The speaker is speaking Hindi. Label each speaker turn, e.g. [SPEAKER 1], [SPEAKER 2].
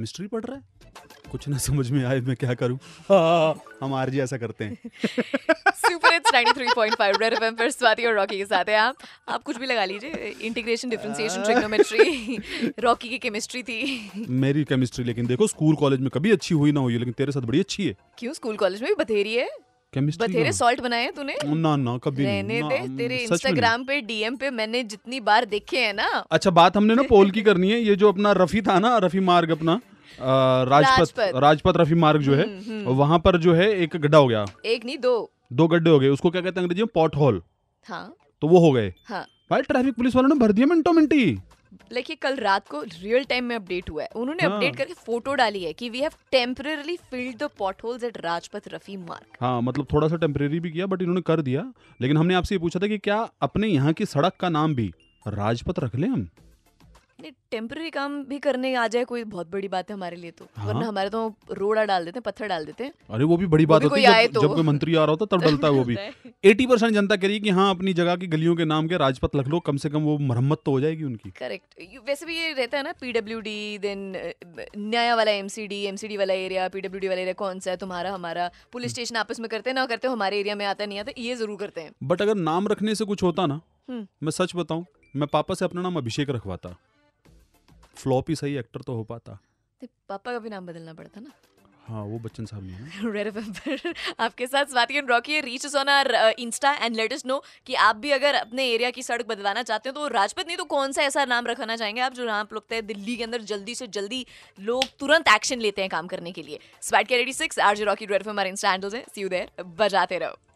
[SPEAKER 1] मिस्ट्री पढ़ रहा है कुछ ना समझ में आए मैं क्या करूं हाँ, हम आरजी ऐसा करते हैं
[SPEAKER 2] सुपर हिट्स 93.5 रेड एफएम पर स्वाति और रॉकी के साथ हैं आप आप कुछ भी लगा लीजिए इंटीग्रेशन डिफरेंशिएशन
[SPEAKER 1] हाँ।
[SPEAKER 2] ट्रिग्नोमेट्री रॉकी की केमिस्ट्री थी
[SPEAKER 1] मेरी केमिस्ट्री लेकिन देखो स्कूल कॉलेज में कभी अच्छी हुई ना हुई लेकिन तेरे साथ बड़ी अच्छी है
[SPEAKER 2] क्यों स्कूल कॉलेज में भी बथेरी है
[SPEAKER 1] केमिस्ट्री
[SPEAKER 2] बथेरे सॉल्ट बनाए हैं तूने
[SPEAKER 1] ना ना कभी नहीं,
[SPEAKER 2] रहने
[SPEAKER 1] ना,
[SPEAKER 2] दे
[SPEAKER 1] हम-
[SPEAKER 2] तेरे
[SPEAKER 1] सच में नहीं।
[SPEAKER 2] इंस्टाग्राम पे डीएम पे मैंने जितनी बार देखे हैं ना
[SPEAKER 1] अच्छा बात हमने ना पोल की करनी है ये जो अपना रफी था ना रफी मार्ग अपना अ, राजपथ
[SPEAKER 2] राजपथ। हम्म,
[SPEAKER 1] राजपथ रफी मार्ग जो है वहां पर जो है एक गड्ढा हो गया
[SPEAKER 2] एक नहीं दो
[SPEAKER 1] दो गड्ढे हो गए उसको क्या कहते हैं अंग्रेजी में पॉट होल
[SPEAKER 2] हाँ
[SPEAKER 1] तो वो हो गए
[SPEAKER 2] हाँ
[SPEAKER 1] भाई ट्रैफिक पुलिस वालों ने भर दिया मिनटों मिनटी
[SPEAKER 2] लाइक ये कल रात को रियल टाइम में अपडेट हुआ है उन्होंने
[SPEAKER 1] हाँ।
[SPEAKER 2] अपडेट करके फोटो डाली है कि we have temporarily filled the potholes at Rajpath Rafi Marg
[SPEAKER 1] हाँ मतलब थोड़ा सा टेम्परेरी भी किया बट इन्होंने कर दिया लेकिन हमने आपसे ये पूछा था कि क्या अपने यहाँ की सड़क का नाम भी राजपथ रख लें हम
[SPEAKER 2] टेम्पररी काम भी करने आ जाए कोई बहुत बड़ी बात है हमारे लिए तो
[SPEAKER 1] हाँ।
[SPEAKER 2] वरना हमारे तो रोड़ा डाल देते हैं पत्थर डाल देते हैं
[SPEAKER 1] अरे वो भी बड़ी
[SPEAKER 2] वो
[SPEAKER 1] बात
[SPEAKER 2] भी
[SPEAKER 1] होती
[SPEAKER 2] कोई
[SPEAKER 1] है
[SPEAKER 2] आए
[SPEAKER 1] जब,
[SPEAKER 2] तो।
[SPEAKER 1] जब कोई मंत्री आ रहा होता तब डलता है वो भी
[SPEAKER 2] डलता है।
[SPEAKER 1] एटी परसेंट जनता कह रही है कि हाँ अपनी जगह की गलियों के नाम के राजपथ रख लो कम से कम वो मरम्मत तो हो जाएगी उनकी
[SPEAKER 2] करेक्ट वैसे भी ये रहता है ना पीडब्ल्यू डी देन नया वाला एमसीडी एमसीडी वाला एरिया पीडब्ल्यू वाला एरिया कौन सा है तुम्हारा हमारा पुलिस स्टेशन आपस में करते हैं ना करते हो हमारे एरिया में आता नहीं आता ये जरूर करते हैं
[SPEAKER 1] बट अगर नाम रखने से कुछ होता ना
[SPEAKER 2] हम्म।
[SPEAKER 1] मैं सच बताऊं मैं पापा से अपना नाम अभिषेक रखवाता फ्लॉप ही सही एक्टर तो हो पाता
[SPEAKER 2] तो पापा का भी नाम बदलना पड़ता ना
[SPEAKER 1] हाँ वो बच्चन साहब ने ना।
[SPEAKER 2] रेड एफएम पर आपके साथ Swati and Rocky reach on our Insta and let us know कि आप भी अगर अपने एरिया की सड़क बदलवाना चाहते हो तो राजपथ नहीं तो कौन सा ऐसा नाम रखना चाहेंगे आप जो आप लगता है दिल्ली के अंदर जल्दी से जल्दी लोग तुरंत एक्शन लेते हैं काम करने के लिए स्वाट के ready six R J Rocky red FM our Insta handles हैं सी यू देयर बजाते रहो